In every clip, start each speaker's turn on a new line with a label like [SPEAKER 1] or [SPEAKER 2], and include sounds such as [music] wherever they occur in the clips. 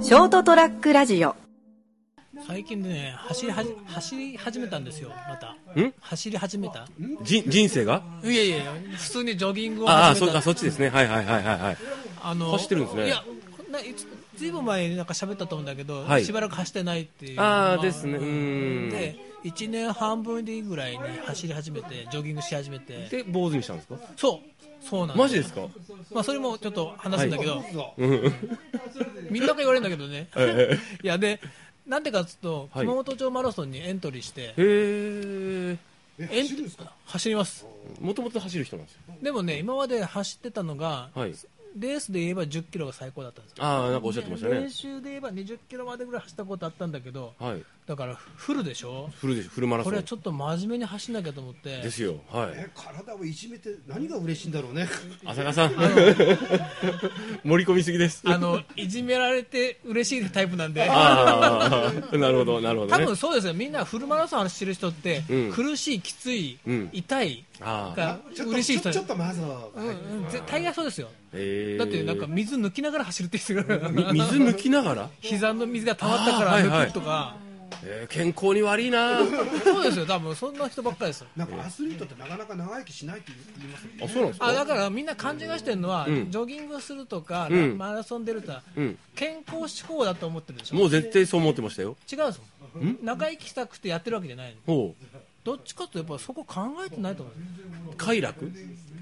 [SPEAKER 1] ショートトラックラジオ
[SPEAKER 2] 最近ね走りはじ走り始めたんですよまた
[SPEAKER 3] ん
[SPEAKER 2] 走り始めた
[SPEAKER 3] じ人生が
[SPEAKER 2] いやいや普通にジョギングを
[SPEAKER 3] ああ
[SPEAKER 2] 始
[SPEAKER 3] そ
[SPEAKER 2] めた
[SPEAKER 3] あそっちですねはいはいはいはいはい
[SPEAKER 2] あの
[SPEAKER 3] 走ってるんですね
[SPEAKER 2] いやないつずいぶん前になんか喋ったと思うんだけど、
[SPEAKER 3] はい
[SPEAKER 2] しばらく走ってないっていう
[SPEAKER 3] あー
[SPEAKER 2] ま
[SPEAKER 3] ですねうーん
[SPEAKER 2] で1年半分でぐらいに走り始めてジョギングし始めて
[SPEAKER 3] で坊主にしたんですか
[SPEAKER 2] そうそうなん
[SPEAKER 3] マジですか
[SPEAKER 2] まあ、それもちょっと話すんだけど、
[SPEAKER 3] うん
[SPEAKER 2] みんなが言われるんだけどね
[SPEAKER 3] え
[SPEAKER 2] [laughs] いやでなんでかっつうと
[SPEAKER 3] はい
[SPEAKER 2] 熊本町マラソンにエントリーして、
[SPEAKER 3] えへえ
[SPEAKER 2] エン走走ります
[SPEAKER 3] もともと走る人なんですよ
[SPEAKER 2] でもね今まで走ってたのが、
[SPEAKER 3] はい
[SPEAKER 2] レースで言えば1 0キロが最高だったんですよ
[SPEAKER 3] ああなんかおっしゃってましたね
[SPEAKER 2] 練習で言えば2 0キロまでぐらい走ったことあったんだけど
[SPEAKER 3] はい
[SPEAKER 2] だからフルでしょ
[SPEAKER 3] フルでフルマラソ
[SPEAKER 2] こ
[SPEAKER 3] ン
[SPEAKER 2] れはちょっと真面目に走んなきゃと思って
[SPEAKER 3] ですよはい
[SPEAKER 4] え体をいじめて何が嬉しいん
[SPEAKER 3] [laughs]
[SPEAKER 4] だろうね
[SPEAKER 3] 浅川さん [laughs] 盛り込みすぎです
[SPEAKER 2] あのいじめられて嬉しいタイプなんで
[SPEAKER 3] ああなるほどなるほど
[SPEAKER 2] 多
[SPEAKER 3] ね
[SPEAKER 2] 分そうですよみんなフルマラソン走ってる人って、
[SPEAKER 3] うん
[SPEAKER 2] 苦しいきつい、
[SPEAKER 3] うん
[SPEAKER 2] 痛い
[SPEAKER 3] ああ
[SPEAKER 2] が
[SPEAKER 4] ちょっと
[SPEAKER 2] 嬉しい人
[SPEAKER 4] ちょちょっとまずは、
[SPEAKER 2] うんうん絶対がそうですよ
[SPEAKER 3] ええ
[SPEAKER 2] だってなんか水抜きながら走るって言ってるから
[SPEAKER 3] み水抜きながら
[SPEAKER 2] [laughs] 膝の水が溜まったから
[SPEAKER 3] あーはいは
[SPEAKER 2] 抜
[SPEAKER 3] い
[SPEAKER 2] くとか、
[SPEAKER 3] えー健康に悪いなあ
[SPEAKER 2] そうですよ多分そんな人ばっかりですよ
[SPEAKER 4] なんかアスリートってなかなか長生きしないって言いますよね
[SPEAKER 3] そうなんです
[SPEAKER 2] あ
[SPEAKER 3] か
[SPEAKER 2] だからみんな勘違いしてるのは、
[SPEAKER 3] ん
[SPEAKER 2] ジョギングするとか、
[SPEAKER 3] うん
[SPEAKER 2] マラソン出るとか、
[SPEAKER 3] うん
[SPEAKER 2] 健康志向だと思ってるでしょ違
[SPEAKER 3] もう絶対そう思ってましたよ
[SPEAKER 2] うんですもん長生きしたくてやってるわけじゃないの
[SPEAKER 3] ほう
[SPEAKER 2] どっちかっていうとやっぱそこ考えてないと思う
[SPEAKER 3] 快楽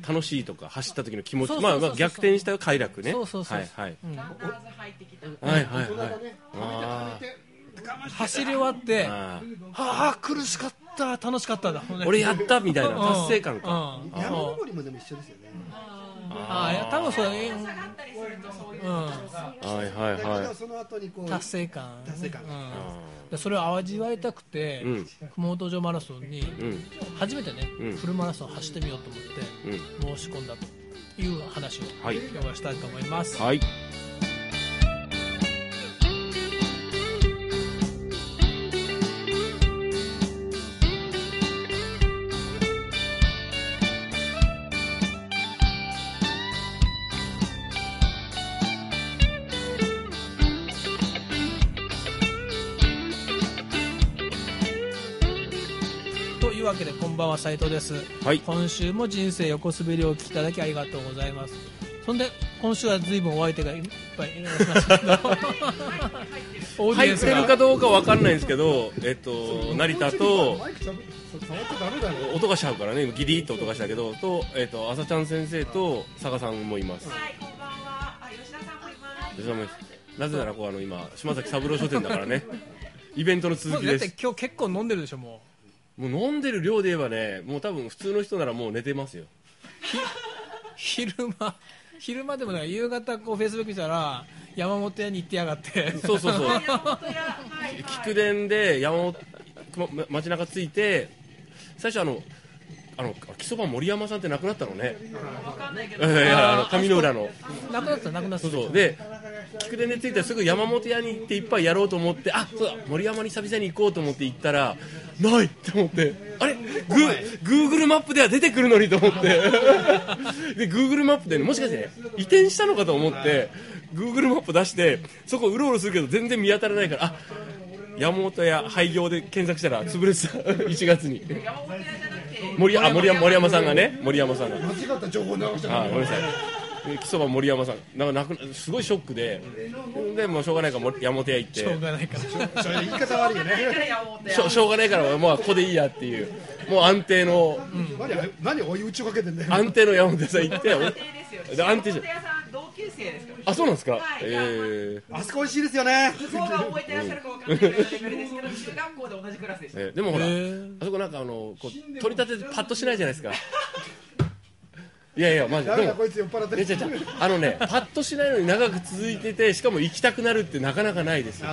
[SPEAKER 3] 楽しいとか走った時の気持
[SPEAKER 2] そう
[SPEAKER 3] ち
[SPEAKER 2] そうそう
[SPEAKER 3] まあ
[SPEAKER 2] そう
[SPEAKER 3] まあ逆転した快楽ね
[SPEAKER 2] そうそうそう
[SPEAKER 3] はいはい
[SPEAKER 2] ん
[SPEAKER 3] はいはい
[SPEAKER 4] 体
[SPEAKER 3] は
[SPEAKER 4] が
[SPEAKER 3] い
[SPEAKER 4] ね
[SPEAKER 3] あ
[SPEAKER 2] 走り終わって
[SPEAKER 3] ー
[SPEAKER 2] は
[SPEAKER 3] あー
[SPEAKER 2] あ苦しかった楽しかっただもんね
[SPEAKER 3] 俺やったみたいな
[SPEAKER 2] うん
[SPEAKER 3] 達成感か
[SPEAKER 2] うん
[SPEAKER 4] 山
[SPEAKER 2] そう
[SPEAKER 4] 登りもでも一緒ですよね
[SPEAKER 2] ああいや多分それうん
[SPEAKER 3] はいはい
[SPEAKER 4] だけど
[SPEAKER 3] はい
[SPEAKER 4] その後にこう
[SPEAKER 2] 達成感
[SPEAKER 4] 達成感
[SPEAKER 2] うんでそれを味わいたくて、
[SPEAKER 3] うん
[SPEAKER 2] 熊本城マラソンに
[SPEAKER 3] うん
[SPEAKER 2] 初めてね、
[SPEAKER 3] うん
[SPEAKER 2] フルマラソン走ってみようと思って、申し込んだという話を今
[SPEAKER 3] はい
[SPEAKER 2] 日はしたいと思います、
[SPEAKER 3] はい
[SPEAKER 2] というわけでこんばんは斉藤です、
[SPEAKER 3] はい
[SPEAKER 2] 今週も人生横滑りをお聞きいただきありがとうございますそんで今週は随分お相手がいっぱいいらっしゃいま
[SPEAKER 3] [laughs]
[SPEAKER 2] したけどオーディエ
[SPEAKER 3] 入
[SPEAKER 2] ン
[SPEAKER 3] っ
[SPEAKER 2] ス
[SPEAKER 3] て
[SPEAKER 2] が
[SPEAKER 3] るかどうかわかんないんですけどえっと成田と
[SPEAKER 4] マイク触っ触っちゃダメだよ
[SPEAKER 3] 音がしちゃうからね今ギリッと音がしたけどとえっと朝ちゃん先生と佐賀さんもいます
[SPEAKER 5] はい、こんばんは。あ、吉田さんもいます。
[SPEAKER 3] 吉田もいますなぜならこうあの今島崎三郎書店だから
[SPEAKER 5] [laughs]
[SPEAKER 3] ねイベントの
[SPEAKER 2] も
[SPEAKER 3] 続
[SPEAKER 2] う
[SPEAKER 3] き
[SPEAKER 2] だっ
[SPEAKER 3] で
[SPEAKER 2] て
[SPEAKER 3] す
[SPEAKER 2] 今日結構飲んでるでしょも
[SPEAKER 3] もう飲んでる量で言えばねもう多分普通の人ならもう寝てますよ
[SPEAKER 2] う昼間昼間でもない夕方こうフェイスブック見たら山本屋に行ってやがって
[SPEAKER 3] そうそう
[SPEAKER 5] [laughs]
[SPEAKER 3] そう
[SPEAKER 5] 山本屋、はい、はい。
[SPEAKER 3] 菊電で山本熊ま街中着いて最初あのあの木そば森山さんって亡くなったのね
[SPEAKER 5] わかんないけ
[SPEAKER 3] い
[SPEAKER 5] ど。
[SPEAKER 3] やいやあの上の浦の
[SPEAKER 2] [laughs] なくなったなくなった
[SPEAKER 3] そうそうで菊電で着いたらすぐ山本屋に行っていっぱいやろうと思ってあそうだ森山に久々に行こうと思って行ったらないって思ってあれグーグーグルマップでは出てくるのにと思って [laughs] でグーグルマップでねもしかしてね移転したのかと思ってグーグルマップ出してそこうろうろするけど全然見当たらないからあ山本屋廃業で検索したら潰れてた [laughs] 1月に
[SPEAKER 5] 山本屋じゃなくて、
[SPEAKER 3] 森あ森山森山さんがね森山さんが
[SPEAKER 4] 間違った情報流しちゃ
[SPEAKER 3] あごめんなさいで木そば森山さんなんかなくすごいショックででもうしょうがないから森山本屋行って
[SPEAKER 2] しょうがないから
[SPEAKER 4] ダメそれ言い方悪いよね
[SPEAKER 5] 山本屋。
[SPEAKER 3] しょしょうがないからもうここでいいやっていうもう安定の
[SPEAKER 4] 何何追い打ちをかけてんだよ
[SPEAKER 3] 安定の山本屋さん行って
[SPEAKER 5] 安定ですよ。
[SPEAKER 3] で安定じゃん
[SPEAKER 5] 山本屋さん、同級生ですから。
[SPEAKER 3] あそうなんですか
[SPEAKER 5] はい
[SPEAKER 3] えー
[SPEAKER 4] あそこ美味しいですよね
[SPEAKER 5] 向こうが覚えてらっしゃるかわかんないぐらいのレベルですけど、中学校で同じクラスでした。
[SPEAKER 3] えーでもほら、
[SPEAKER 2] へー
[SPEAKER 3] あそこなんかあのこう取り立ててパッとしないじゃないですか。いやいやマジで。
[SPEAKER 4] ダ
[SPEAKER 3] で
[SPEAKER 4] メだ
[SPEAKER 3] も
[SPEAKER 4] こいつ酔っ払って
[SPEAKER 3] いや違う違うあのね、パッとしないのに長く続いてて、しかも行きたくなるってなかなかないですよ。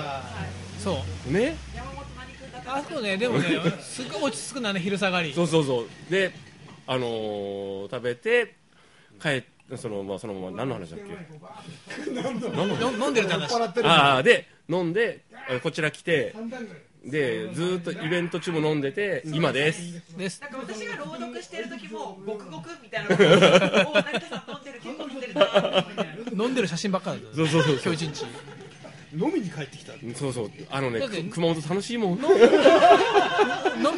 [SPEAKER 2] そう
[SPEAKER 3] ね、
[SPEAKER 5] 山本何君だった
[SPEAKER 2] あそこねでもねすごい落ち着くなね昼下がり
[SPEAKER 3] そうそうそう。で、あのー食べて帰っそのまあそのまま何の話だっけ？
[SPEAKER 2] の飲んでるって話
[SPEAKER 4] 酔っ払ってる
[SPEAKER 3] ああで飲んであこちら来て。でずーっとイベント中も飲んでて今です
[SPEAKER 2] です
[SPEAKER 5] なんか私が朗読してる時も、ごくごくみたいなことを、お成田さん飲んでる、結構飲んでるなって思いながら。
[SPEAKER 2] 飲んでる写真ばっかりだった
[SPEAKER 3] そうそうそう
[SPEAKER 2] 今日一日
[SPEAKER 4] 飲みに帰ってきたって
[SPEAKER 3] そうそうあのね
[SPEAKER 2] だって
[SPEAKER 3] く熊本楽しいもん
[SPEAKER 2] 飲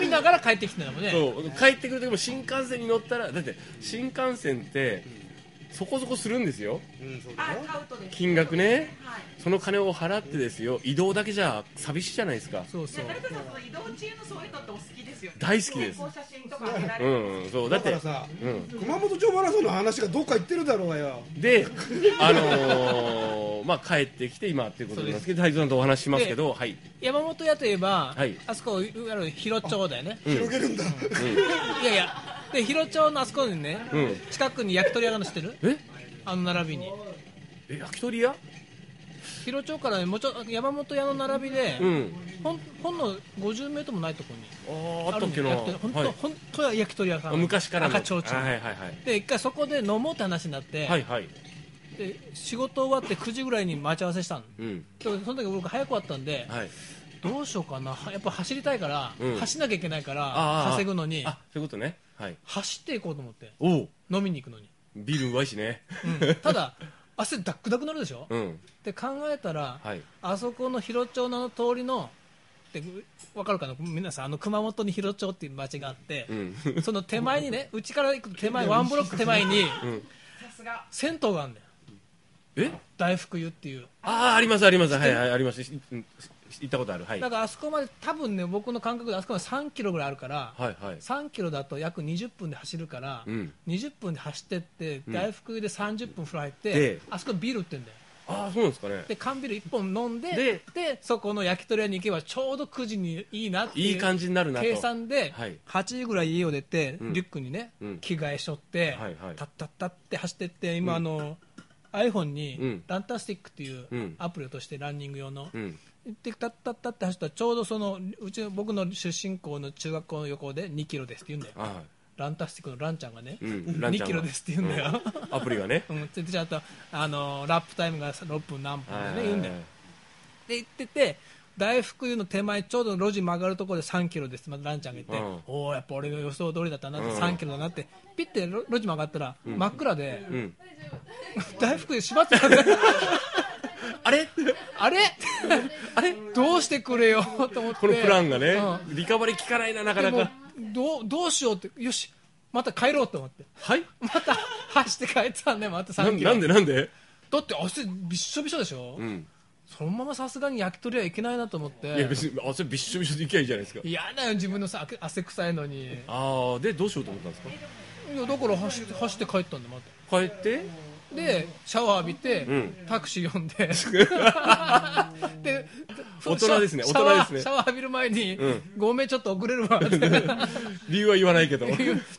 [SPEAKER 2] みながら帰ってきてたもんね
[SPEAKER 3] そう帰ってくる時も新幹線に乗ったらだって新幹線ってそこそこするんですよ
[SPEAKER 4] うんそうだ
[SPEAKER 5] あ
[SPEAKER 4] よ
[SPEAKER 5] カウトです
[SPEAKER 3] 金額ね
[SPEAKER 5] はい
[SPEAKER 3] その金を払ってですよ移動だけじゃ寂しいじゃないですか
[SPEAKER 2] そう
[SPEAKER 5] じ
[SPEAKER 2] そ
[SPEAKER 5] ゃ
[SPEAKER 2] う
[SPEAKER 5] あ成田さんその移動中のそういうのってお好きですよね
[SPEAKER 3] 大好きです
[SPEAKER 5] こう写真とか見られ
[SPEAKER 3] う
[SPEAKER 5] る
[SPEAKER 3] ん、うん、そうだ
[SPEAKER 4] だ
[SPEAKER 3] っ
[SPEAKER 4] か
[SPEAKER 3] て
[SPEAKER 4] らさ
[SPEAKER 3] うん
[SPEAKER 4] 熊本城マラソンの話がどっか行ってるだろうがよ
[SPEAKER 3] であのー、まあ帰ってきて今っていうことなんですけど太蔵さんとお話ししますけどはい、
[SPEAKER 2] 山本屋といえば、
[SPEAKER 3] はい
[SPEAKER 2] あそこあの広町だよね
[SPEAKER 3] うん
[SPEAKER 4] 広げるんだ
[SPEAKER 2] いやいやで広町のあそこにね、
[SPEAKER 3] うん、
[SPEAKER 2] 近くに焼き鳥屋があるの知ってる
[SPEAKER 3] え
[SPEAKER 2] あの並びに
[SPEAKER 3] え焼き鳥屋
[SPEAKER 2] 広町からねもうちょ山本屋の並びで、
[SPEAKER 3] うん
[SPEAKER 2] ほんほんの50メートルもないところに
[SPEAKER 3] あーあったっけな、
[SPEAKER 2] るのよ焼き鳥本当、
[SPEAKER 3] はい
[SPEAKER 2] 本当は焼き鳥屋さ
[SPEAKER 3] あ、
[SPEAKER 2] ん
[SPEAKER 3] 昔からの
[SPEAKER 2] 赤ちょうちょ
[SPEAKER 3] はいはいはい
[SPEAKER 2] で一回そこで飲もうって話になって、
[SPEAKER 3] はいはい
[SPEAKER 2] で仕事終わって9時ぐらいに待ち合わせしたの
[SPEAKER 3] うん
[SPEAKER 2] でその時僕早く終わったんで、
[SPEAKER 3] はい
[SPEAKER 2] どうしようかなはやっぱ走りたいから、
[SPEAKER 3] うん
[SPEAKER 2] 走んなきゃいけないか
[SPEAKER 3] あ
[SPEAKER 2] ら
[SPEAKER 3] ー
[SPEAKER 2] 稼ぐのに
[SPEAKER 3] あそういうことねはい
[SPEAKER 2] 走っていこうと思って
[SPEAKER 3] おお
[SPEAKER 2] 飲みに行くのに、
[SPEAKER 3] ビールうまいしね
[SPEAKER 2] うんただ汗ダックダックなるでしょ、
[SPEAKER 3] うん
[SPEAKER 2] って考えたら、
[SPEAKER 3] はい
[SPEAKER 2] あそこの広町の通りので分かるかな皆さんあの熊本に広町っていう町があって
[SPEAKER 3] う、ん
[SPEAKER 2] その手前にねうちから行く手前ワンブロック手前に
[SPEAKER 3] うん
[SPEAKER 5] さすが
[SPEAKER 2] 銭湯があるんだよ
[SPEAKER 3] え
[SPEAKER 2] 大福湯っていう
[SPEAKER 3] ああありますありますはいはいありますしうんし行ったことあるはいは
[SPEAKER 2] だ
[SPEAKER 3] い
[SPEAKER 2] からあそこまで多分ね僕の感覚であそこまで3キロぐらいあるから、
[SPEAKER 3] はい
[SPEAKER 2] 3キロだと約20分で走るから、
[SPEAKER 3] うん
[SPEAKER 2] 20分で走ってって
[SPEAKER 3] ん
[SPEAKER 2] 大福湯で30分風呂入って、
[SPEAKER 3] で
[SPEAKER 2] あそこビール売ってんだよ
[SPEAKER 3] ああそうなんですかね
[SPEAKER 2] で缶ビール1本飲んで
[SPEAKER 3] で
[SPEAKER 2] でそこの焼き鳥屋に行けばちょうど9時にいいなっていう
[SPEAKER 3] いい感じになるなと
[SPEAKER 2] 計算で
[SPEAKER 3] はい
[SPEAKER 2] 8時ぐらい家を出て、
[SPEAKER 3] うん
[SPEAKER 2] リュックにね、
[SPEAKER 3] うん
[SPEAKER 2] 着替えしょって、
[SPEAKER 3] はいはい
[SPEAKER 2] タッタッタッって走ってって今、あの iPhone
[SPEAKER 3] う
[SPEAKER 2] に
[SPEAKER 3] ん
[SPEAKER 2] ランタスティックっていう
[SPEAKER 3] うん
[SPEAKER 2] アプリをとしてランニング用の、
[SPEAKER 3] うん
[SPEAKER 2] でタッタッタッって走ったらちょうどそのうちの僕の出身校の中学校の横で2キロですって言うんだよ
[SPEAKER 3] あは
[SPEAKER 2] ランタスティックのランちゃんがね、
[SPEAKER 3] いうんランち
[SPEAKER 2] 2
[SPEAKER 3] ゃんは
[SPEAKER 2] キロですって言うんだよ、
[SPEAKER 3] うんアプリがね
[SPEAKER 2] [laughs] うん、でちゃんとあのラップタイムが6分何分
[SPEAKER 3] は
[SPEAKER 2] でね
[SPEAKER 3] い
[SPEAKER 2] 言うんだよで行ってて大福湯の手前ちょうど路地曲がるところで3キロですってまたランちゃんが言って、
[SPEAKER 3] うん
[SPEAKER 2] おおやっぱ俺の予想通りだったなって、
[SPEAKER 3] うん
[SPEAKER 2] 3キロだなってピッて路路地曲がったら真っ暗で、
[SPEAKER 3] うん
[SPEAKER 2] [laughs] 大福湯閉まってたんだよ
[SPEAKER 3] あれ
[SPEAKER 2] あれ [laughs] あれどうしてくれよと思って
[SPEAKER 3] このプランがね
[SPEAKER 2] う
[SPEAKER 3] リカバリー効かないななか
[SPEAKER 2] で
[SPEAKER 3] な
[SPEAKER 2] も
[SPEAKER 3] か
[SPEAKER 2] どうどうしようってよしまた帰ろうと思って [laughs]
[SPEAKER 3] はい
[SPEAKER 2] また走って帰ってたんでまた
[SPEAKER 3] な
[SPEAKER 2] 3
[SPEAKER 3] ん
[SPEAKER 2] キ
[SPEAKER 3] な
[SPEAKER 2] ロ
[SPEAKER 3] んでなんで
[SPEAKER 2] だって汗びっしょびしょでしょ、
[SPEAKER 3] うん
[SPEAKER 2] そのままさすがに焼き鳥はいけないなと思っ
[SPEAKER 3] いや
[SPEAKER 2] て
[SPEAKER 3] 別にあそれびっしょびしょでいきゃいいじゃないですか
[SPEAKER 2] 嫌だよ自分のさ汗臭いのにいや
[SPEAKER 3] ああでどうしようと思ったんですか
[SPEAKER 2] だから走って走って帰ったんだまた
[SPEAKER 3] 帰って
[SPEAKER 2] でシャワー浴びて、
[SPEAKER 3] ん
[SPEAKER 2] タクシー呼ん
[SPEAKER 3] [laughs]
[SPEAKER 2] でで
[SPEAKER 3] 大人ですね
[SPEAKER 2] シャワー
[SPEAKER 3] 大人ですね
[SPEAKER 2] シャワー浴びる前に、
[SPEAKER 3] ん
[SPEAKER 2] ごめんちょっと遅れるわって
[SPEAKER 3] 理由は言わないけど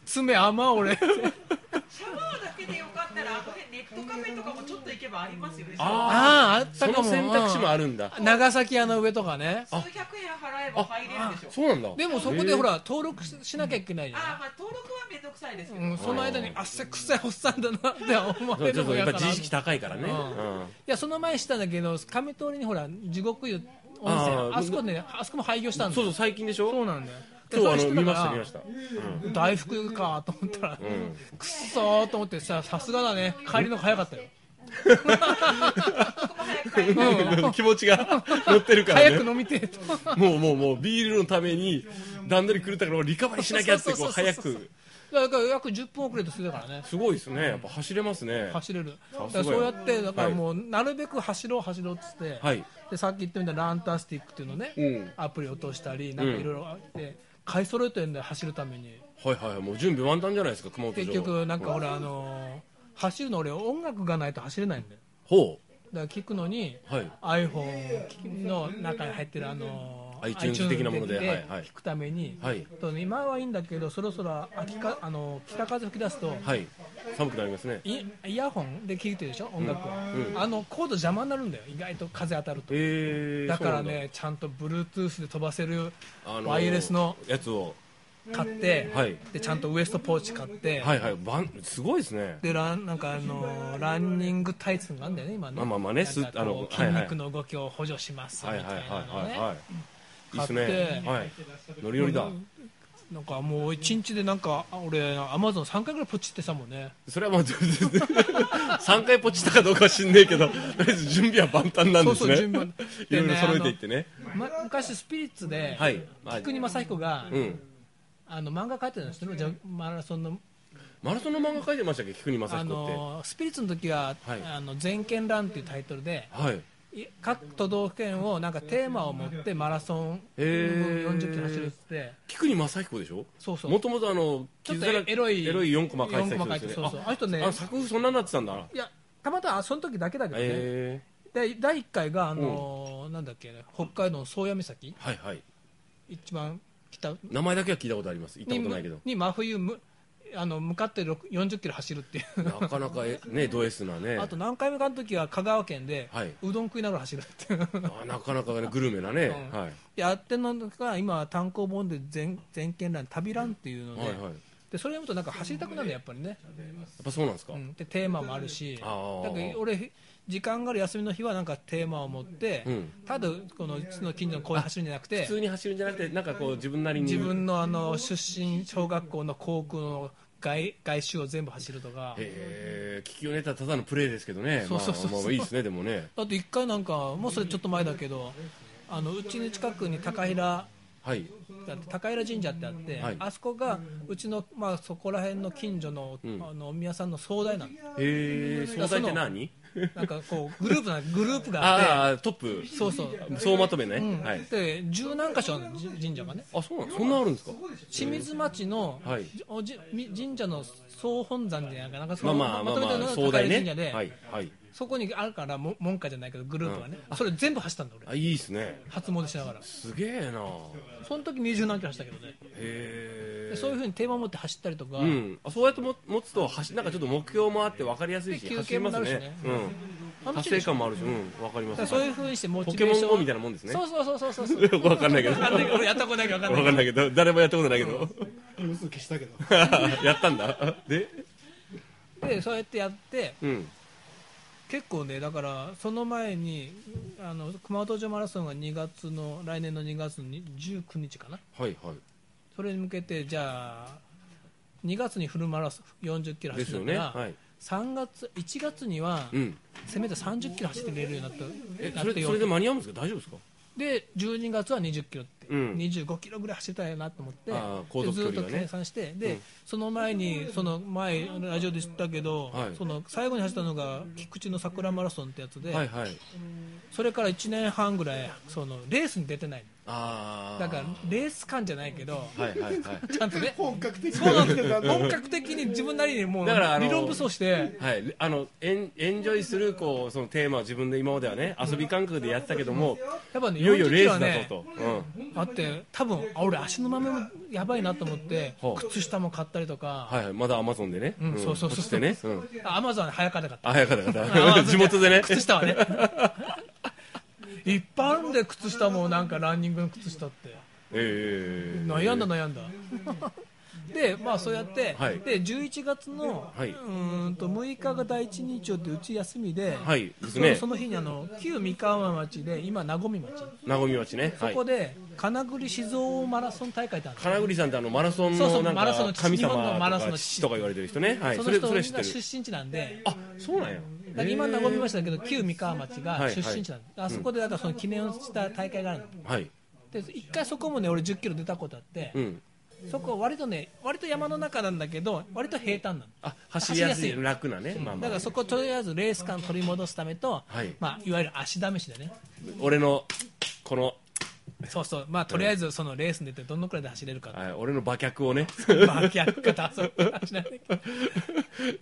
[SPEAKER 2] 爪甘俺って
[SPEAKER 5] シャワーだけでよかったらあの辺ネットカフェとかもちょっと行けばありますよね
[SPEAKER 3] ああ
[SPEAKER 2] あああっ
[SPEAKER 3] そ
[SPEAKER 2] たか
[SPEAKER 3] の
[SPEAKER 2] も
[SPEAKER 3] 選択肢もあるんだ
[SPEAKER 2] 長崎屋の上とかね
[SPEAKER 5] 数百円払えば入れるでしょ
[SPEAKER 3] そうなんだ
[SPEAKER 2] でもそこでほら登録ししなきゃいけないじゃん
[SPEAKER 5] ああまあ登録はめんどくさいですけど、
[SPEAKER 2] うん、その間に汗臭いおっさんだなって思わ
[SPEAKER 3] そ
[SPEAKER 2] れ
[SPEAKER 3] うち
[SPEAKER 2] る
[SPEAKER 3] ょっと
[SPEAKER 2] も
[SPEAKER 3] や
[SPEAKER 2] や
[SPEAKER 3] っ
[SPEAKER 2] か
[SPEAKER 3] ぱ
[SPEAKER 2] ら
[SPEAKER 3] 自意識高いからね、
[SPEAKER 2] うん
[SPEAKER 3] うん
[SPEAKER 2] いやその前したんだけど上通りにほら地獄湯温泉
[SPEAKER 3] あ
[SPEAKER 2] あ
[SPEAKER 3] ー
[SPEAKER 2] そこねあそこも廃業したんだ
[SPEAKER 3] そうそうう最近でしょ
[SPEAKER 2] そうなんだよで
[SPEAKER 3] 今日あ
[SPEAKER 2] そ
[SPEAKER 3] の
[SPEAKER 2] ういう人
[SPEAKER 3] 見
[SPEAKER 2] だ
[SPEAKER 3] ま
[SPEAKER 2] か
[SPEAKER 3] し
[SPEAKER 2] ら
[SPEAKER 3] た見ました、うん
[SPEAKER 2] 大福かと思ったら、くっそーと思ってささすがだね帰りの早かったよ、
[SPEAKER 5] そこも早く帰る
[SPEAKER 2] うん、
[SPEAKER 3] [laughs] 気持ちが乗ってるから
[SPEAKER 2] 早
[SPEAKER 3] ね
[SPEAKER 2] く飲みてえと [laughs]
[SPEAKER 3] もうもうもうビールのために段取り狂ったからリカバリーしなきゃっ
[SPEAKER 2] そ
[SPEAKER 3] てこう
[SPEAKER 2] うそうそ
[SPEAKER 3] 早
[SPEAKER 2] うそう
[SPEAKER 3] く
[SPEAKER 2] だから約10分遅れとするからね
[SPEAKER 3] すごいですねやっぱ走れますね
[SPEAKER 2] 走れるだ
[SPEAKER 3] さ
[SPEAKER 2] か
[SPEAKER 3] すが
[SPEAKER 2] らそ
[SPEAKER 3] や
[SPEAKER 2] うやってだからもうなるべく走ろう走ろうっつって、
[SPEAKER 3] はい
[SPEAKER 2] でさっき言ったみたいなランタンスティックっていうのね、
[SPEAKER 3] うん
[SPEAKER 2] アプリ落としたりなんかいろいろあって、買い揃えてんだよ走るために
[SPEAKER 3] はいはいもう準備万端じゃないですか熊本城
[SPEAKER 2] 結局なんかほらあのー走るの俺音楽がないと走れないんだよ
[SPEAKER 3] ほ
[SPEAKER 2] だから聞くのに、
[SPEAKER 3] うはい
[SPEAKER 2] iPhone の中に入ってるあのー
[SPEAKER 3] iTunes 的なもので
[SPEAKER 2] iTunes
[SPEAKER 3] はいはい
[SPEAKER 2] 聞くために、
[SPEAKER 3] はい
[SPEAKER 2] とね今はいいんだけどそろそろ秋かあのー北風吹き出すと、
[SPEAKER 3] はい寒くなりますね
[SPEAKER 2] イイヤホンで聴いてるでしょ音楽を、
[SPEAKER 3] うん
[SPEAKER 2] あのコード邪魔になるんだよ意外と風当たると、
[SPEAKER 3] えー、
[SPEAKER 2] だから
[SPEAKER 3] そうなん
[SPEAKER 2] ねちゃんと Bluetooth で飛ばせる
[SPEAKER 3] だ、あ
[SPEAKER 2] ワイヤレスの
[SPEAKER 3] やつを
[SPEAKER 2] 買って、
[SPEAKER 3] はい
[SPEAKER 2] でちゃんとウエストポーチ買って、
[SPEAKER 3] はいはいばんすごいですね
[SPEAKER 2] でランなんかあのランニングタイツがあるんだよね今ね
[SPEAKER 3] まあまあまあね
[SPEAKER 2] なんか
[SPEAKER 3] すあの
[SPEAKER 2] こう
[SPEAKER 3] は
[SPEAKER 2] 筋
[SPEAKER 3] いはい
[SPEAKER 2] 肉の動きを補助しますみた
[SPEAKER 3] はい
[SPEAKER 2] い
[SPEAKER 3] はい
[SPEAKER 2] な
[SPEAKER 3] はい
[SPEAKER 2] のね
[SPEAKER 3] はいはいいいっすねはいノリノリだ
[SPEAKER 2] なんかもう一日でなんかあ俺アマゾン3回ぐらいポチってたもんね
[SPEAKER 3] それはまあ [laughs] 3回ポチったかどうかは知んねえけどとりあえず準備は万端なんです
[SPEAKER 2] そうそう
[SPEAKER 3] ね
[SPEAKER 2] 順番
[SPEAKER 3] いろいろ揃えていっ
[SPEAKER 2] でね
[SPEAKER 3] てね
[SPEAKER 2] あのま昔スピリッツで、
[SPEAKER 3] はい、まあ
[SPEAKER 2] 菊に正彦が、
[SPEAKER 3] うん、
[SPEAKER 2] あの漫画描いてたんですよじゃマラソンの
[SPEAKER 3] マラソンの漫画書いてましたっけ菊に正
[SPEAKER 2] あ
[SPEAKER 3] 彦って、
[SPEAKER 2] のスピリッツの時は「
[SPEAKER 3] はい
[SPEAKER 2] あの全県ラン」っていうタイトルで
[SPEAKER 3] はい
[SPEAKER 2] い各都道府県をなんかテーマを持ってマラソン
[SPEAKER 3] へー
[SPEAKER 2] 40キロ走るっつって
[SPEAKER 3] 菊に正彦でしょ
[SPEAKER 2] そうそう
[SPEAKER 3] もともとあの
[SPEAKER 2] ちょっと
[SPEAKER 3] 傷だら
[SPEAKER 2] エロい
[SPEAKER 3] エロい4コマ書いて
[SPEAKER 2] 四コマ
[SPEAKER 3] た人で
[SPEAKER 2] 書いて
[SPEAKER 3] す
[SPEAKER 2] そ
[SPEAKER 3] よ
[SPEAKER 2] うそ
[SPEAKER 3] ね
[SPEAKER 2] うあの人ね
[SPEAKER 3] ああ作風そんなんなってたんだない
[SPEAKER 2] やたまたまその時だけだけどね、
[SPEAKER 3] え
[SPEAKER 2] で第1回が、あのーなんだっけね北海道の宗谷岬
[SPEAKER 3] ー、はいはい
[SPEAKER 2] 一番北に
[SPEAKER 3] 名前だけは聞いたことあります行ったことないけど
[SPEAKER 2] に真冬むあの向かってろく40キロ走るっていう
[SPEAKER 3] なかなかえねド S なね
[SPEAKER 2] あと何回目かの時は香川県で、
[SPEAKER 3] はいう
[SPEAKER 2] どん食いながら走るっていう
[SPEAKER 3] あなかなかねグルメなね、
[SPEAKER 2] うん
[SPEAKER 3] はい
[SPEAKER 2] やってるのが今単行本で全「全県欄旅ラン」っていうので,、
[SPEAKER 3] はいはいやっ
[SPEAKER 2] でそれ読むとなんか走りたくなるのやっぱりね、
[SPEAKER 3] ぱそうなんですか、
[SPEAKER 2] うん、でテーマもあるしだ
[SPEAKER 3] あー
[SPEAKER 2] から俺時間がある休みの日はなんかテーマを持って、
[SPEAKER 3] うん
[SPEAKER 2] ただこのうちの近所の公園走るんじゃなくて
[SPEAKER 3] 普通に走るんじゃなくてなんかこう自分なりに
[SPEAKER 2] 自分のあの出身小学校の校区の外外周を全部走るとか
[SPEAKER 3] えー、聞きをネタはただのプレーですけどね
[SPEAKER 2] そうそうそうそう
[SPEAKER 3] まあ、まあいいですねでもね
[SPEAKER 2] だって一回なんかもうそれちょっと前だけどあのうちの近くに高平
[SPEAKER 3] はい
[SPEAKER 2] だって高平神社ってあって、
[SPEAKER 3] はい
[SPEAKER 2] あそこがうちの、まあ、そこら辺の近所の,、
[SPEAKER 3] うん
[SPEAKER 2] あのお宮さんの総代なんで
[SPEAKER 3] えー、総菜って何
[SPEAKER 2] すなんかこ
[SPEAKER 3] [laughs]
[SPEAKER 2] うグループなグループがあっ
[SPEAKER 3] ああトップ
[SPEAKER 2] てそうそう、
[SPEAKER 3] 総まとめね、
[SPEAKER 2] うん
[SPEAKER 3] はい
[SPEAKER 2] で十何箇所あるのじ神社がね
[SPEAKER 3] あそうなのそんなあるんですか
[SPEAKER 2] 清水町の、
[SPEAKER 3] はい
[SPEAKER 2] おじみ神社の総本山じゃないかなんかそ
[SPEAKER 3] まあ
[SPEAKER 2] の
[SPEAKER 3] まあまあ
[SPEAKER 2] とめた
[SPEAKER 3] ま
[SPEAKER 2] の
[SPEAKER 3] あ
[SPEAKER 2] が
[SPEAKER 3] 壮
[SPEAKER 2] 高
[SPEAKER 3] 大
[SPEAKER 2] 平神社
[SPEAKER 3] ね
[SPEAKER 2] で、
[SPEAKER 3] はいはい
[SPEAKER 2] そこにあるからも門下じゃないけどグループはね、それ全部走ったんだ俺
[SPEAKER 3] あいいですね
[SPEAKER 2] 初詣しながら
[SPEAKER 3] すげえな
[SPEAKER 2] その時二十何キロ走ったけどね、
[SPEAKER 3] へ
[SPEAKER 2] で
[SPEAKER 3] え
[SPEAKER 2] そういうふうにテーマ持って走ったりとか、
[SPEAKER 3] うん、あそうやっても持つと走なんかちょっと目標もあって分かりやすいし
[SPEAKER 2] で休
[SPEAKER 3] 走
[SPEAKER 2] 憩
[SPEAKER 3] り
[SPEAKER 2] も
[SPEAKER 3] ま
[SPEAKER 2] な
[SPEAKER 3] す
[SPEAKER 2] るし
[SPEAKER 3] ね
[SPEAKER 2] ね
[SPEAKER 3] うん、
[SPEAKER 2] 楽し
[SPEAKER 3] 達
[SPEAKER 2] いで
[SPEAKER 3] 成
[SPEAKER 2] しょ
[SPEAKER 3] 感もあるし、うん、分かりま
[SPEAKER 2] だから
[SPEAKER 3] す
[SPEAKER 2] そういうふうにしてモ
[SPEAKER 3] ポ
[SPEAKER 2] チ
[SPEAKER 3] ケ
[SPEAKER 2] ベー
[SPEAKER 3] モ
[SPEAKER 2] シ
[SPEAKER 3] ン
[SPEAKER 2] ョン
[SPEAKER 3] GO みたいなもんですね
[SPEAKER 2] そうそうそうそうそうそう
[SPEAKER 3] よく分かんないけど
[SPEAKER 2] わかんないけど俺やったことないから分かんない
[SPEAKER 3] 分かんないけど誰もやったことないけど [laughs]
[SPEAKER 4] [laughs] 分数消したけど
[SPEAKER 3] やったんだで
[SPEAKER 2] でそうやってやって
[SPEAKER 3] うん
[SPEAKER 2] 結構ねだからその前にあの熊本城マラソンが2月の来年の2月の19日かな
[SPEAKER 3] はいはい
[SPEAKER 2] それに向けてじゃあ2月にフルマラソン40キロ
[SPEAKER 3] で
[SPEAKER 2] 走る
[SPEAKER 3] すよ
[SPEAKER 2] か
[SPEAKER 3] ね
[SPEAKER 2] ら、
[SPEAKER 3] はい
[SPEAKER 2] 3月1月には、
[SPEAKER 3] うん
[SPEAKER 2] せめて30キロ走ってれるようになった
[SPEAKER 3] え
[SPEAKER 2] な
[SPEAKER 3] そ
[SPEAKER 2] っ
[SPEAKER 3] れ
[SPEAKER 2] て
[SPEAKER 3] そ
[SPEAKER 2] よ
[SPEAKER 3] れで間に合うんですか大丈夫ですか
[SPEAKER 2] で12月は20キロって、
[SPEAKER 3] うん
[SPEAKER 2] 25キロぐらい走りたいなと思って、
[SPEAKER 3] あー航続距
[SPEAKER 2] ずっ
[SPEAKER 3] 離が
[SPEAKER 2] と
[SPEAKER 3] ね
[SPEAKER 2] 計算してで、
[SPEAKER 3] うん
[SPEAKER 2] その前にその前ラジオで知ったけど、
[SPEAKER 3] はい
[SPEAKER 2] その最後に走ったのが菊池の桜マラソンってやつで、
[SPEAKER 3] はいはい
[SPEAKER 2] それから1年半ぐらいそのレースに出てない
[SPEAKER 3] ああ
[SPEAKER 2] だからレース感じゃないけど
[SPEAKER 3] はいはいはい
[SPEAKER 2] ちゃんと
[SPEAKER 3] [laughs]
[SPEAKER 2] ね
[SPEAKER 4] 本格的
[SPEAKER 2] そうなんです
[SPEAKER 4] な
[SPEAKER 2] よ [laughs] 本格的に自分なりにもう
[SPEAKER 3] だからあの
[SPEAKER 2] 理論武装して
[SPEAKER 3] はい、あのエンエンジョイするこうそのテーマを自分で今まではね遊び感覚でやってたけども
[SPEAKER 2] やっぱね
[SPEAKER 3] いよいよ
[SPEAKER 2] 40キ
[SPEAKER 3] レ
[SPEAKER 2] ロ
[SPEAKER 3] ー
[SPEAKER 2] は
[SPEAKER 3] スだ
[SPEAKER 2] ね
[SPEAKER 3] ぞと、うん
[SPEAKER 2] あって多分あ俺足の豆もやばいなと思って
[SPEAKER 3] ほう
[SPEAKER 2] 靴下も買ったりとか、
[SPEAKER 3] はいはい、まだアマゾンでね、
[SPEAKER 2] うんそうそうそう
[SPEAKER 3] 落ちて
[SPEAKER 2] [laughs]
[SPEAKER 3] ね、うん、
[SPEAKER 2] アマゾン早かったかった
[SPEAKER 3] あ早かった
[SPEAKER 2] あま
[SPEAKER 3] か
[SPEAKER 2] あ
[SPEAKER 3] った [laughs] 地元でね
[SPEAKER 2] 靴下は
[SPEAKER 3] [laughs]
[SPEAKER 2] ねいっぱいあるんで靴下もなんかランニングの靴下って
[SPEAKER 3] ええ
[SPEAKER 2] 悩んだ悩んだでまあそうやって、
[SPEAKER 3] はい
[SPEAKER 2] で11月の、
[SPEAKER 3] はいう
[SPEAKER 2] ーんと6日が第一日曜ってうち休みで、
[SPEAKER 3] はいです
[SPEAKER 2] その
[SPEAKER 3] ね
[SPEAKER 2] その日にあの旧三河町で今名古屋町
[SPEAKER 3] 名古屋町ね
[SPEAKER 2] そ
[SPEAKER 3] はい
[SPEAKER 2] こで金栗酒造マラソン大会ってあるんですよ
[SPEAKER 3] 金栗さんってあのマラソン
[SPEAKER 2] そうそ
[SPEAKER 3] の
[SPEAKER 2] う
[SPEAKER 3] なん
[SPEAKER 2] マラソン
[SPEAKER 3] か
[SPEAKER 2] の
[SPEAKER 3] 神様
[SPEAKER 2] 日本のマラソン
[SPEAKER 3] と
[SPEAKER 2] の
[SPEAKER 3] か
[SPEAKER 2] 父
[SPEAKER 3] 父とか言われてる人ね、はい、
[SPEAKER 2] そ
[SPEAKER 3] そ
[SPEAKER 2] の
[SPEAKER 3] れ
[SPEAKER 2] 人
[SPEAKER 3] そ
[SPEAKER 2] が
[SPEAKER 3] れ知ってる
[SPEAKER 2] 出身地なんで、
[SPEAKER 3] あそうなんや
[SPEAKER 2] だから今名古屋町だけど旧三河町が
[SPEAKER 3] はい
[SPEAKER 2] 出身地なんで、あそこでだからその記念をした大会があるの
[SPEAKER 3] はい
[SPEAKER 2] で一回そこもね俺1 0キロ出たことあって、
[SPEAKER 3] うん
[SPEAKER 2] そこ割とね割と山の中なんだけど割と平坦なの、
[SPEAKER 3] あ走りやす
[SPEAKER 2] 走りや
[SPEAKER 3] い
[SPEAKER 2] すい
[SPEAKER 3] 楽なね、まあ
[SPEAKER 2] だ
[SPEAKER 3] ま
[SPEAKER 2] か
[SPEAKER 3] あ
[SPEAKER 2] らそこをとりあえずレース感取り戻すためと、
[SPEAKER 3] はい
[SPEAKER 2] まあ、いわゆる足試しでね
[SPEAKER 3] 俺のこの、
[SPEAKER 2] そうそうまあとりあえずそのレースに出てどのくらいで走れるか、
[SPEAKER 3] [laughs] はい、俺の馬脚をね
[SPEAKER 2] まあ逆かそう走らないけど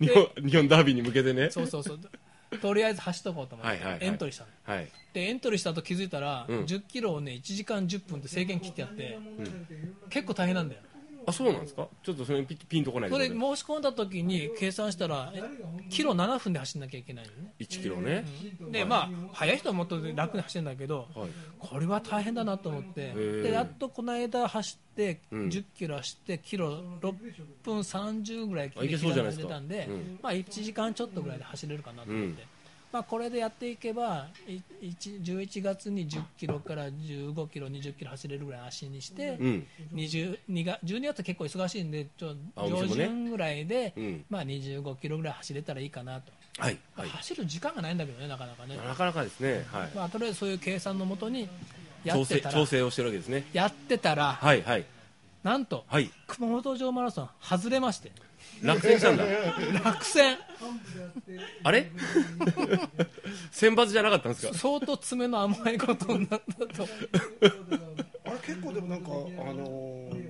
[SPEAKER 3] [laughs] 日本日本ダービーに向けてね
[SPEAKER 2] そうそうそうとりあえず走っとこうと思って、
[SPEAKER 3] はいはいはい
[SPEAKER 2] エントリーしたの
[SPEAKER 3] はい
[SPEAKER 2] でエントリーしたと気づいたら、
[SPEAKER 3] ん
[SPEAKER 2] 10キロをね1時間10分って制限切ってやって、結構大変なんだよ
[SPEAKER 3] あそうなんですかちょっとそれピピンとこない
[SPEAKER 2] それ
[SPEAKER 3] け
[SPEAKER 2] 申し
[SPEAKER 3] ど
[SPEAKER 2] 込んだ時に計算したらえキロ7分で走んなきゃいけないのね
[SPEAKER 3] 1キロね、
[SPEAKER 2] でまあ速い人はもっと楽に走るんだけど、
[SPEAKER 3] はい
[SPEAKER 2] これは大変だなと思って
[SPEAKER 3] ー
[SPEAKER 2] でやっとこの間走って
[SPEAKER 3] うん
[SPEAKER 2] 10キロ走ってキロ6分30ぐらい
[SPEAKER 3] あいけそうじゃないですか
[SPEAKER 2] たんで、
[SPEAKER 3] うん
[SPEAKER 2] まあ1時間ちょっとぐらいで走れるかなと思って、
[SPEAKER 3] うん
[SPEAKER 2] ままあ、これでやっていけばい一11月に1 0キロから1 5キロ2 0キロ走れるぐらいの足にして、
[SPEAKER 3] うん
[SPEAKER 2] 20 2が12月結構忙しいんでちょ
[SPEAKER 3] あお店も
[SPEAKER 2] 上
[SPEAKER 3] ね
[SPEAKER 2] 旬ぐらいで、
[SPEAKER 3] うん
[SPEAKER 2] まあ、2 5キロぐらい走れたらいいかなと、
[SPEAKER 3] はいはい
[SPEAKER 2] 走る時間がないんだけどねなかなかね、
[SPEAKER 3] なかなかですねはい、
[SPEAKER 2] まあ、とりあえずそういう計算のもとにや
[SPEAKER 3] 調
[SPEAKER 2] って
[SPEAKER 3] 整
[SPEAKER 2] た
[SPEAKER 3] 調
[SPEAKER 2] ら
[SPEAKER 3] 整をしてるわけですね
[SPEAKER 2] やってたら
[SPEAKER 3] はいはい
[SPEAKER 2] なんと
[SPEAKER 3] はい
[SPEAKER 2] 熊本城マラソン外れまして
[SPEAKER 3] 落
[SPEAKER 2] [laughs]
[SPEAKER 3] 選したんだ
[SPEAKER 2] 落選
[SPEAKER 3] あれ選抜じゃなかったんですか
[SPEAKER 2] 相当爪の甘いことになったと
[SPEAKER 4] あれ結構でもなんかあのー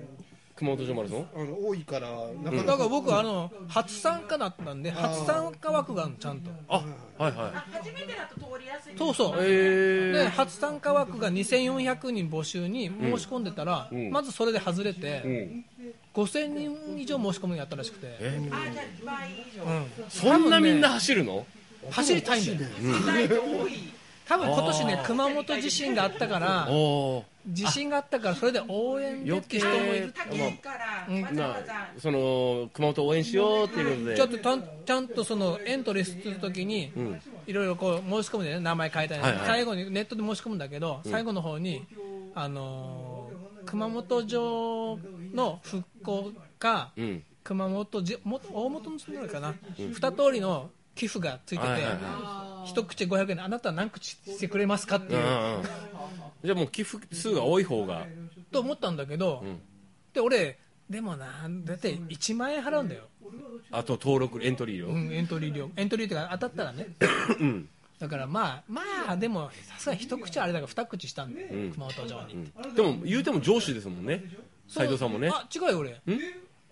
[SPEAKER 3] 熊本城マラソン
[SPEAKER 4] あの多いからなかな
[SPEAKER 2] だから僕あの初参加だったんで初参加枠があるのちゃんと
[SPEAKER 3] あはいは
[SPEAKER 5] 初めてだと通りやすい
[SPEAKER 2] そうそう
[SPEAKER 3] いえ
[SPEAKER 2] で初参加枠が2400人募集に申し込んでたら、
[SPEAKER 3] ん
[SPEAKER 2] まずそれで外れ
[SPEAKER 3] ーう
[SPEAKER 2] て、
[SPEAKER 3] ん、
[SPEAKER 2] 5000人以上申し込むようになったらしくて、
[SPEAKER 3] え
[SPEAKER 5] あじゃあ2倍以上
[SPEAKER 2] うん
[SPEAKER 3] そんなみんな走るの、
[SPEAKER 2] 走りたいんだよ
[SPEAKER 5] 世代が多い
[SPEAKER 2] 多分今年ね熊本地震があったから
[SPEAKER 3] おお
[SPEAKER 2] 地震があったからそれで応援でって人もいる
[SPEAKER 3] 余
[SPEAKER 5] 高いから
[SPEAKER 2] うん
[SPEAKER 5] わざ
[SPEAKER 3] な
[SPEAKER 5] わざ
[SPEAKER 3] その熊本応援しようっていうことで
[SPEAKER 2] ちょっとたんちゃんとそのエントリーするときに
[SPEAKER 3] ん
[SPEAKER 2] いろいろこう申し込むんだよね名前変えたり、
[SPEAKER 3] はいはい
[SPEAKER 2] 最後にネットで申し込むんだけど、最後の方にあのー熊本城の復興か、
[SPEAKER 3] うん
[SPEAKER 2] 熊本じも大元の住ぐらいかな、二通りの寄付がついてて、
[SPEAKER 3] はいはいはい
[SPEAKER 2] 一口500円あなたは何口してくれますかって
[SPEAKER 3] う
[SPEAKER 2] い
[SPEAKER 3] ん
[SPEAKER 2] う、
[SPEAKER 3] うんうんじゃあもう寄付数が多い方が
[SPEAKER 2] と思ったんだけど、
[SPEAKER 3] ん
[SPEAKER 2] で俺でもなだって1万円払うんだよ、
[SPEAKER 3] あと登録エントリー料、
[SPEAKER 2] うん、エントリー料エントリーっていうか当たったらね
[SPEAKER 3] うん
[SPEAKER 2] だからまあまあでもさすがに一口はあれだから二口したんで、
[SPEAKER 3] うん
[SPEAKER 2] 熊本城に、
[SPEAKER 3] でも言うても上司ですもんね
[SPEAKER 2] そう
[SPEAKER 3] 斉藤さんもね
[SPEAKER 2] あ違うよ俺
[SPEAKER 3] ん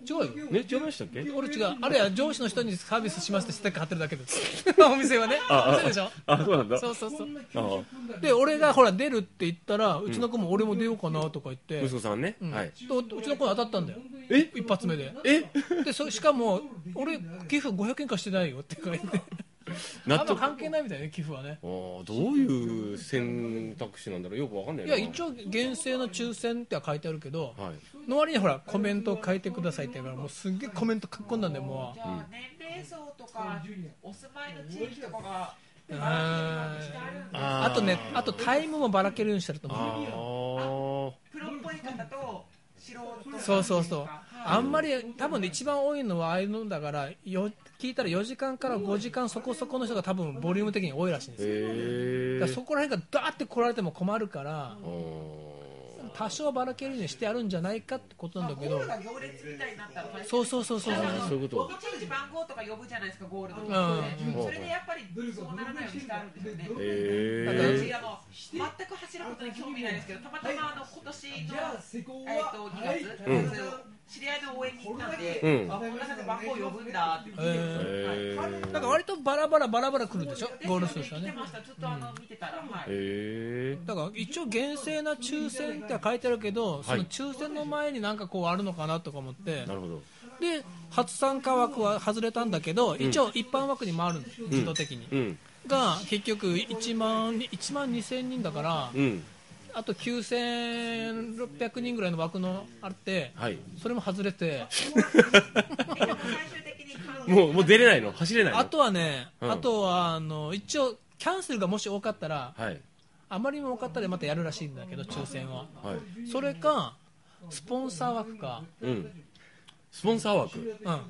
[SPEAKER 2] 違うよ
[SPEAKER 3] ね違いましたっけ
[SPEAKER 2] 俺違うあれは上司の人にサービスしますってステッカー貼ってるだけです
[SPEAKER 3] [laughs]
[SPEAKER 2] お店はねお店でしょ
[SPEAKER 3] あそうなんだ
[SPEAKER 2] そうそうそう
[SPEAKER 3] あ
[SPEAKER 2] で俺がほら出るって言ったらうちの子も俺も出ようかなとか言って、
[SPEAKER 3] 息子さんね、
[SPEAKER 2] うん
[SPEAKER 3] はい
[SPEAKER 2] とうちの子に当たったんだよ
[SPEAKER 3] え
[SPEAKER 2] 一発目で
[SPEAKER 3] え
[SPEAKER 2] でそしかも俺寄付500円かしてないよって言ってあ
[SPEAKER 3] 納
[SPEAKER 2] んま
[SPEAKER 3] 得あ
[SPEAKER 2] 関係ないみたいね寄付はね
[SPEAKER 3] ーどういう選択肢なんだろうよくわかんない
[SPEAKER 2] い
[SPEAKER 3] な
[SPEAKER 2] や一応厳正の抽選っては書いてあるけど、
[SPEAKER 3] はい
[SPEAKER 2] の割にほらコメントを書いてくださいって言うからもうすっげえコメント書き込んだんでも
[SPEAKER 5] じゃあ年齢層とかお住まいの地域とかが
[SPEAKER 2] うう
[SPEAKER 5] あ
[SPEAKER 2] ーん
[SPEAKER 5] るんだ
[SPEAKER 2] あとねあとタイムもばらけるようにしてると
[SPEAKER 3] あ
[SPEAKER 2] 思う
[SPEAKER 3] ー
[SPEAKER 5] プロっぽい方と素人
[SPEAKER 2] そうそうそうあ
[SPEAKER 5] あ
[SPEAKER 2] んまり多分ね一番多いのはああいうのだからよ聞いたら4時間から5時間そこそこの人が多分ボリューム的に多いらしいんですよ
[SPEAKER 3] へ
[SPEAKER 2] だから
[SPEAKER 3] ー
[SPEAKER 2] そこら辺がダーって来られても困るから
[SPEAKER 3] あー
[SPEAKER 2] 多少ばらけるようにしてあるんじゃないかってことなんだけ
[SPEAKER 5] ゴー
[SPEAKER 2] ど
[SPEAKER 5] ルが行列みたいになったらね
[SPEAKER 2] そうそうそうそうそう
[SPEAKER 3] あーそういうこと
[SPEAKER 5] いちいち番号とか呼ぶじゃないですかゴールドと
[SPEAKER 2] う
[SPEAKER 5] か
[SPEAKER 2] ん
[SPEAKER 5] それでやっぱりそうならないようにしてあるんですよね
[SPEAKER 3] へ
[SPEAKER 2] だから
[SPEAKER 3] ー
[SPEAKER 5] 私あの全く走ることに興味ないですけどたまたまあの今年の、えー、と2月、
[SPEAKER 3] うん
[SPEAKER 5] 知り合いの応援に行ったんで、
[SPEAKER 3] うん
[SPEAKER 5] あこんな中で番号呼ぶんだって聞いて、
[SPEAKER 3] へ
[SPEAKER 5] はい
[SPEAKER 3] ー
[SPEAKER 2] だから割とバラバラバラバラ来るでしょゴールする人は
[SPEAKER 5] 来
[SPEAKER 2] ね
[SPEAKER 5] てましたちょっとあの見てたら、はい
[SPEAKER 3] へ
[SPEAKER 2] だから一応厳正な抽選っては書いてあるけど、その抽選の前になんかこうあるのかなとか思って
[SPEAKER 3] ーなるほど
[SPEAKER 2] で初参加枠は外れたんだけど、一応一般枠に回るの自動的に、
[SPEAKER 3] うん
[SPEAKER 2] が結局1万1万2000人だから、
[SPEAKER 3] うん
[SPEAKER 2] あと9600人ぐらいの枠のあって
[SPEAKER 3] はい
[SPEAKER 2] それも外れて
[SPEAKER 5] でも最終的に完
[SPEAKER 3] もうもう出れないの走れないの
[SPEAKER 2] あとはね、
[SPEAKER 3] うん
[SPEAKER 2] あとはあの一応キャンセルがもし多かったら
[SPEAKER 3] はい
[SPEAKER 2] あまりにも多かったらまたやるらしいんだけど抽選は
[SPEAKER 3] はい
[SPEAKER 2] それかスポンサー枠か、
[SPEAKER 3] うんスポンサー枠
[SPEAKER 2] うん、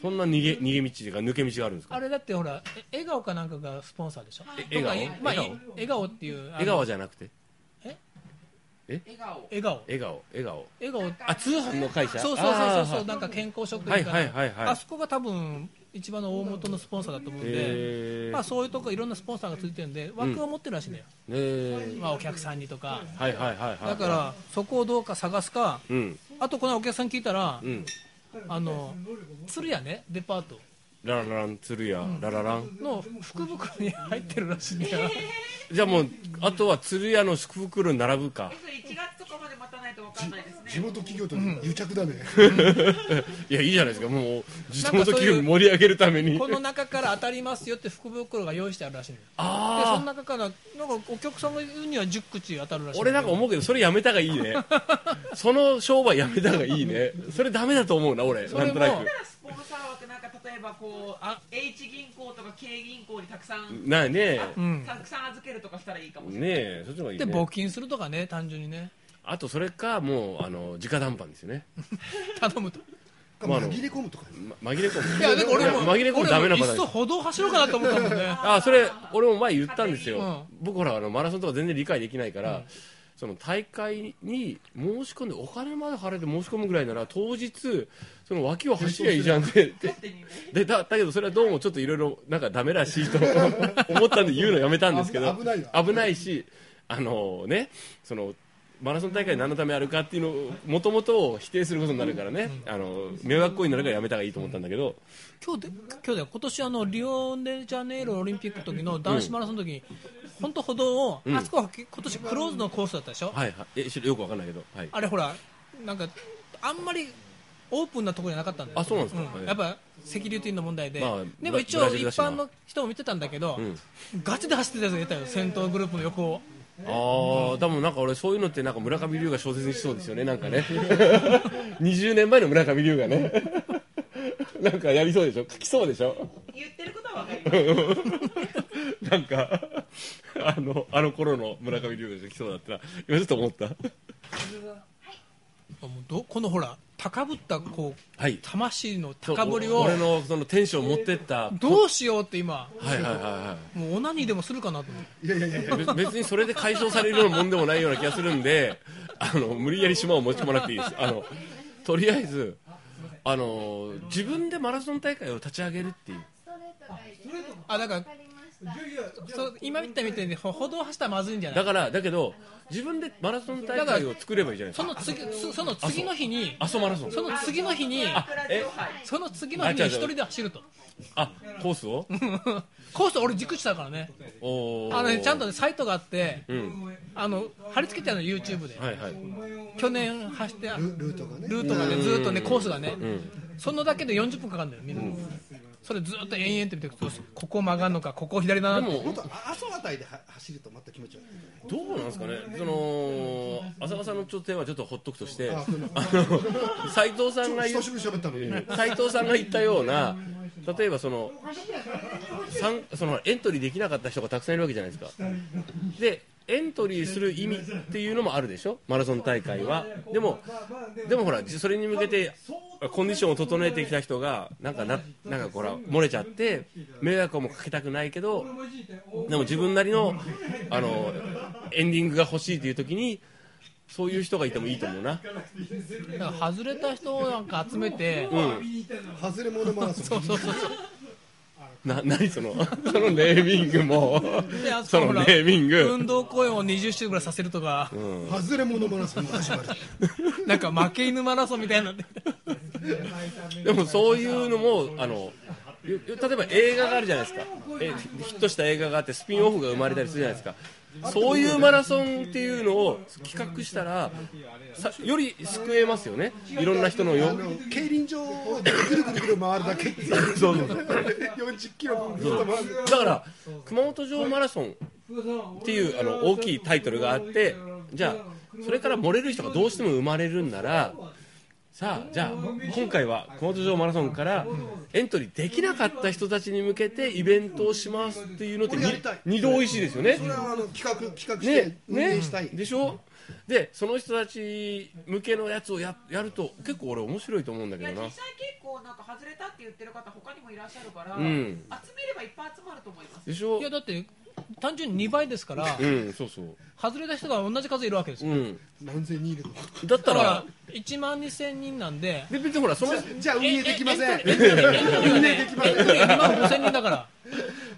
[SPEAKER 3] そんな逃げ逃げ道というか抜け道があるんですか
[SPEAKER 2] あれだってほらえ笑顔かなんかがスポンサーでしょ
[SPEAKER 3] え
[SPEAKER 2] とか
[SPEAKER 3] 笑顔
[SPEAKER 2] まあ、い
[SPEAKER 3] 笑顔
[SPEAKER 2] 笑顔っていう
[SPEAKER 3] 笑
[SPEAKER 2] 笑
[SPEAKER 3] 顔じゃなくて
[SPEAKER 5] 笑顔
[SPEAKER 2] 笑顔
[SPEAKER 3] 笑顔笑顔
[SPEAKER 2] 笑顔
[SPEAKER 3] あ通販の会社
[SPEAKER 2] そうそうそうそう
[SPEAKER 3] あー
[SPEAKER 2] そう、
[SPEAKER 3] はい
[SPEAKER 2] なんか健康食品か
[SPEAKER 3] はい
[SPEAKER 2] な
[SPEAKER 3] はいはいはい
[SPEAKER 2] あそこが多分一番の大元のスポンサーだと思うんで、
[SPEAKER 3] へー
[SPEAKER 2] まあ、そういうとこいろんなスポンサーがついてるんで枠を持ってるらしいんだよ、
[SPEAKER 3] ねえ
[SPEAKER 2] まあ、お客さんにとか
[SPEAKER 3] はいはいはいはい
[SPEAKER 2] だからそこをどうか探すか
[SPEAKER 3] うん
[SPEAKER 2] あとこのお客さん聞いたら、
[SPEAKER 3] うん
[SPEAKER 2] あの鶴屋ねデパート
[SPEAKER 3] ラララン鶴屋ラララン
[SPEAKER 2] の福袋に入ってるらしいんだ
[SPEAKER 3] [laughs]
[SPEAKER 2] よ、
[SPEAKER 3] じゃあもうあとは鶴屋の福袋に並ぶか
[SPEAKER 5] それ1月とかまで待たないと分かんないですね
[SPEAKER 4] 地元企業との癒着だね、
[SPEAKER 3] いやいいじゃないですかもう地
[SPEAKER 2] なん
[SPEAKER 3] 元
[SPEAKER 2] かそう
[SPEAKER 3] 企
[SPEAKER 2] いう
[SPEAKER 3] 業盛り上げるために
[SPEAKER 2] この中から当たりますよって福袋が用意してあるらしいんだよでその
[SPEAKER 3] ああ
[SPEAKER 2] 中からなんかお客さんが言うには10口当たるらしい
[SPEAKER 3] 俺なんか思うけどそれやめたがい
[SPEAKER 2] [laughs]
[SPEAKER 3] いねその商売やめたがいいねそれダメだと思うな俺
[SPEAKER 2] そ
[SPEAKER 3] な
[SPEAKER 2] れ
[SPEAKER 3] ん
[SPEAKER 2] も
[SPEAKER 3] となく
[SPEAKER 5] スポンサー枠なんか例えばこう
[SPEAKER 2] あ
[SPEAKER 5] H 銀行とか K 銀行にたくさん、
[SPEAKER 3] なね
[SPEAKER 2] うん
[SPEAKER 5] たくさん預けるとかしたらいいかもしれない、
[SPEAKER 3] ねえそっちの方がいい
[SPEAKER 2] で
[SPEAKER 3] ね
[SPEAKER 2] 募金するとかね単純にね
[SPEAKER 3] あとそれかもうあの直談判ですよね、
[SPEAKER 2] 頼むと
[SPEAKER 3] まああの
[SPEAKER 4] 紛れ込むとか
[SPEAKER 3] ま紛れ込む
[SPEAKER 2] いやでも俺も
[SPEAKER 3] 紛れ込むダメな
[SPEAKER 2] 俺もい
[SPEAKER 3] パター
[SPEAKER 2] っ
[SPEAKER 3] ン
[SPEAKER 2] そ歩道走ろうかなと思ったもんね
[SPEAKER 3] あそれ俺も前言ったんですよ、
[SPEAKER 2] う
[SPEAKER 3] 僕ほらあのマラソンとか全然理解できないから、その大会に申し込んでお金まで払って申し込むぐらいなら当日その脇を走りゃいいじゃんってって
[SPEAKER 5] 勝手にね
[SPEAKER 3] [laughs] でだだけどそれはどうもちょっといろいろなんかダメらしいと [laughs] 思ったんで言うのやめたんですけど
[SPEAKER 4] 危ない危ない
[SPEAKER 3] 危ないしあのねそのマラソン大会何のためあるかっていうのをもともと否定することになるからね、あの迷惑行為になるからやめた方がいいと思ったんだけど、
[SPEAKER 2] 今日で今日で今年あのリオデジャネイロオリンピックの時の男子マラソンの時に本当歩道を、
[SPEAKER 3] うん
[SPEAKER 2] あそこは今年クローズのコースだったでしょ、
[SPEAKER 3] はいはいえしよくわかんないけど、はい、
[SPEAKER 2] あれほらなんかあんまりオープンなところじゃなかったんだよ
[SPEAKER 3] あそうなんですか
[SPEAKER 2] んやっぱセキュリティの問題で、
[SPEAKER 3] まあ
[SPEAKER 2] でも一
[SPEAKER 3] ブラ
[SPEAKER 2] 応
[SPEAKER 3] ジル
[SPEAKER 2] 一
[SPEAKER 3] だしな
[SPEAKER 2] 般の人も見てたんだけど、
[SPEAKER 3] うん
[SPEAKER 2] ガチで走ってたやつがいたよ先頭グループの横を
[SPEAKER 3] ああ、多分なんか俺そういうのってなんか村上龍が小説にしそうですよね、なんかね。20年前の村上龍がね。 [laughs] なんかやりそうでしょ書きそうでしょ [laughs]
[SPEAKER 5] 言ってることは分かりま
[SPEAKER 3] なんか、あの、あの頃の村上龍が書きそうだったら、今ちょっと思った。
[SPEAKER 2] もうどこのほら高ぶったこう
[SPEAKER 3] はい。
[SPEAKER 2] 魂の高ぶり
[SPEAKER 3] お
[SPEAKER 2] を
[SPEAKER 3] 俺のそのテンションを持ってった。はい
[SPEAKER 2] どうしようって今
[SPEAKER 3] はいはいは
[SPEAKER 2] もうオナニーでもするかなと思って
[SPEAKER 4] いやいやいやいや
[SPEAKER 3] い。べ別にそれで解消されるようなもんでもないような気がするんで、あの、無理やり島を持ち込まなくていいです。あの、とりあえず、あの、自分でマラソン大会を立ち上げるっていう。
[SPEAKER 1] ストレートがいいです。
[SPEAKER 2] あだから
[SPEAKER 1] わかりました。
[SPEAKER 2] そう今見たみたいにほ歩道走ったらまずいんじゃない
[SPEAKER 3] だからだけど自分でマラソン大会を作ればいいじゃないです
[SPEAKER 2] そ
[SPEAKER 3] か
[SPEAKER 2] の次そその次の日に
[SPEAKER 3] 阿蘇マラソン
[SPEAKER 2] その次の日に
[SPEAKER 5] すプラジオ杯
[SPEAKER 2] その次の日に
[SPEAKER 3] あ違う違
[SPEAKER 2] 一
[SPEAKER 3] う
[SPEAKER 2] 人で走ると
[SPEAKER 3] あコースを
[SPEAKER 2] コース俺熟知だからね
[SPEAKER 3] おー
[SPEAKER 2] あのねちゃんとねサイトがあって
[SPEAKER 3] うん
[SPEAKER 2] あの貼り付けてあるの YouTube で
[SPEAKER 3] はいはい
[SPEAKER 2] 去年走って
[SPEAKER 4] ルルートがね
[SPEAKER 2] ルートがねずーっとねコースがね
[SPEAKER 3] うん
[SPEAKER 2] そのだけで40分かかるんだよみんなそれずーっと延々って見ていくとここ曲がるのかここ左だな
[SPEAKER 3] で
[SPEAKER 2] って
[SPEAKER 4] もっ
[SPEAKER 3] も
[SPEAKER 4] とあ阿蘇あたりでは走るとまた気持ち悪い
[SPEAKER 3] どうなんですかねその浅川さんのちょっと点はちょっとほっとくとして
[SPEAKER 4] あ
[SPEAKER 3] あ
[SPEAKER 4] そうなの
[SPEAKER 3] の斉藤さんが言う
[SPEAKER 4] 久しぶりに喋ったのに
[SPEAKER 3] 斉藤さんが言ったような例えばそのさんそのエントリーできなかった人がたくさんいるわけじゃないですかでエントリーする意味っていうのもあるでしょマラソン大会はでもでもほらそれに向けてコンディションを整えてきた人がなんかななんかほら漏れちゃって迷惑もかけたくないけどでも自分なりのあのエンディングが欲しいという時にそういう人がいてもいいと思う
[SPEAKER 2] だ
[SPEAKER 3] な、
[SPEAKER 2] から外れた人をなんか集めて
[SPEAKER 3] うん、
[SPEAKER 4] 外れ者マラソン
[SPEAKER 2] そうそうそう
[SPEAKER 3] な何そのそのネーミングも
[SPEAKER 2] であそ
[SPEAKER 3] そ
[SPEAKER 2] こほ
[SPEAKER 3] の
[SPEAKER 2] ら
[SPEAKER 3] ネーミング
[SPEAKER 2] 運動公演を20周ぐらいさせるとか
[SPEAKER 4] 外れ者マラソンが始まる
[SPEAKER 2] なんか負け犬マラソンみたいになってきた
[SPEAKER 3] でもそういうのもあのよ例えば映画があるじゃないですかえヒットした映画があってスピンオフが生まれたりするじゃないですかそういうマラソンっていうのを企画したらさより救えますよねいろんな人の
[SPEAKER 4] あ
[SPEAKER 3] よ
[SPEAKER 4] の競輪場をぐるぐるぐる回るだけっていう
[SPEAKER 3] そうそうそう
[SPEAKER 4] 40キロずっと回る
[SPEAKER 3] だから熊本城マラソンっていうあの大きいタイトルがあってじゃあそれから漏れる人がどうしても生まれるんならさあじゃあ今回は熊本城マラソンからエントリーできなかった人たちに向けてイベントをしますっていうのって
[SPEAKER 4] これやりたい
[SPEAKER 3] 二度美味しいですよね
[SPEAKER 4] それはあの企画企画して
[SPEAKER 3] ね
[SPEAKER 4] 運
[SPEAKER 3] ね
[SPEAKER 4] 営したい、
[SPEAKER 3] でしょでその人たち向けのやつをややると結構俺面白いと思うんだ
[SPEAKER 5] い
[SPEAKER 3] け
[SPEAKER 5] や
[SPEAKER 3] ど
[SPEAKER 5] 実
[SPEAKER 3] な
[SPEAKER 5] 際結構なんか外れたって言ってる方他にもいらっしゃるか
[SPEAKER 3] ん
[SPEAKER 5] ら、集めればいっぱい集まると思います
[SPEAKER 3] でしょ
[SPEAKER 2] いやだって単純に2倍ですから
[SPEAKER 3] うんそうそう
[SPEAKER 2] 外れた人が同じ数いるわけですよ
[SPEAKER 3] うん
[SPEAKER 4] 何千人いるの
[SPEAKER 3] だった
[SPEAKER 2] だからら1万2000人なんで
[SPEAKER 3] で別にほらその
[SPEAKER 4] じゃあ運営できません
[SPEAKER 2] エントリーエントリーがねエントリー2万5000人だから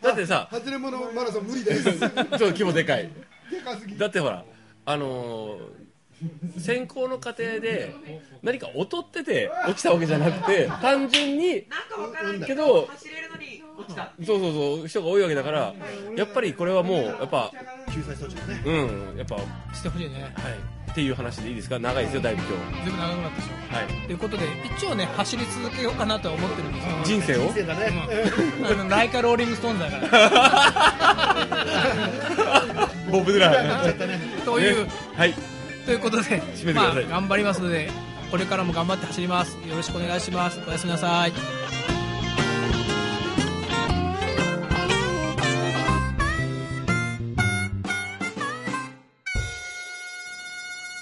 [SPEAKER 3] だっ
[SPEAKER 2] [laughs]
[SPEAKER 3] てさ
[SPEAKER 4] 外れ者マラソン無理ですで
[SPEAKER 3] ちょっと規模でかい
[SPEAKER 4] かすぎ
[SPEAKER 3] だってほらあのー選考の過程で何か劣ってて落ちたわけじゃなくて単純に
[SPEAKER 5] なんかわからん
[SPEAKER 3] け
[SPEAKER 5] け
[SPEAKER 3] ど
[SPEAKER 5] ど走れるのに落ちた
[SPEAKER 3] そうそうそう人が多いわけだからやっぱりこれはもうやっぱ
[SPEAKER 4] 救済措置がね
[SPEAKER 3] うんやっぱはい
[SPEAKER 2] してほしいね
[SPEAKER 3] っていう話でいいですか長いですよだいぶ今
[SPEAKER 2] 全部長くなったでしょ
[SPEAKER 3] 日はい
[SPEAKER 2] ということで一応ね走り続けようかなとは思ってるんですよ
[SPEAKER 3] 人生を
[SPEAKER 4] 人生だね、
[SPEAKER 2] あのライカローリングストーンズだ
[SPEAKER 3] [laughs]
[SPEAKER 2] から
[SPEAKER 3] ボブ・ドゥラ
[SPEAKER 4] やっ
[SPEAKER 3] ー
[SPEAKER 4] たね
[SPEAKER 2] という、
[SPEAKER 3] [laughs] ねはい
[SPEAKER 2] ということで
[SPEAKER 3] めてください
[SPEAKER 2] 頑張りますのでこれからも頑張って走りますよろしくお願いしますおやすみなさい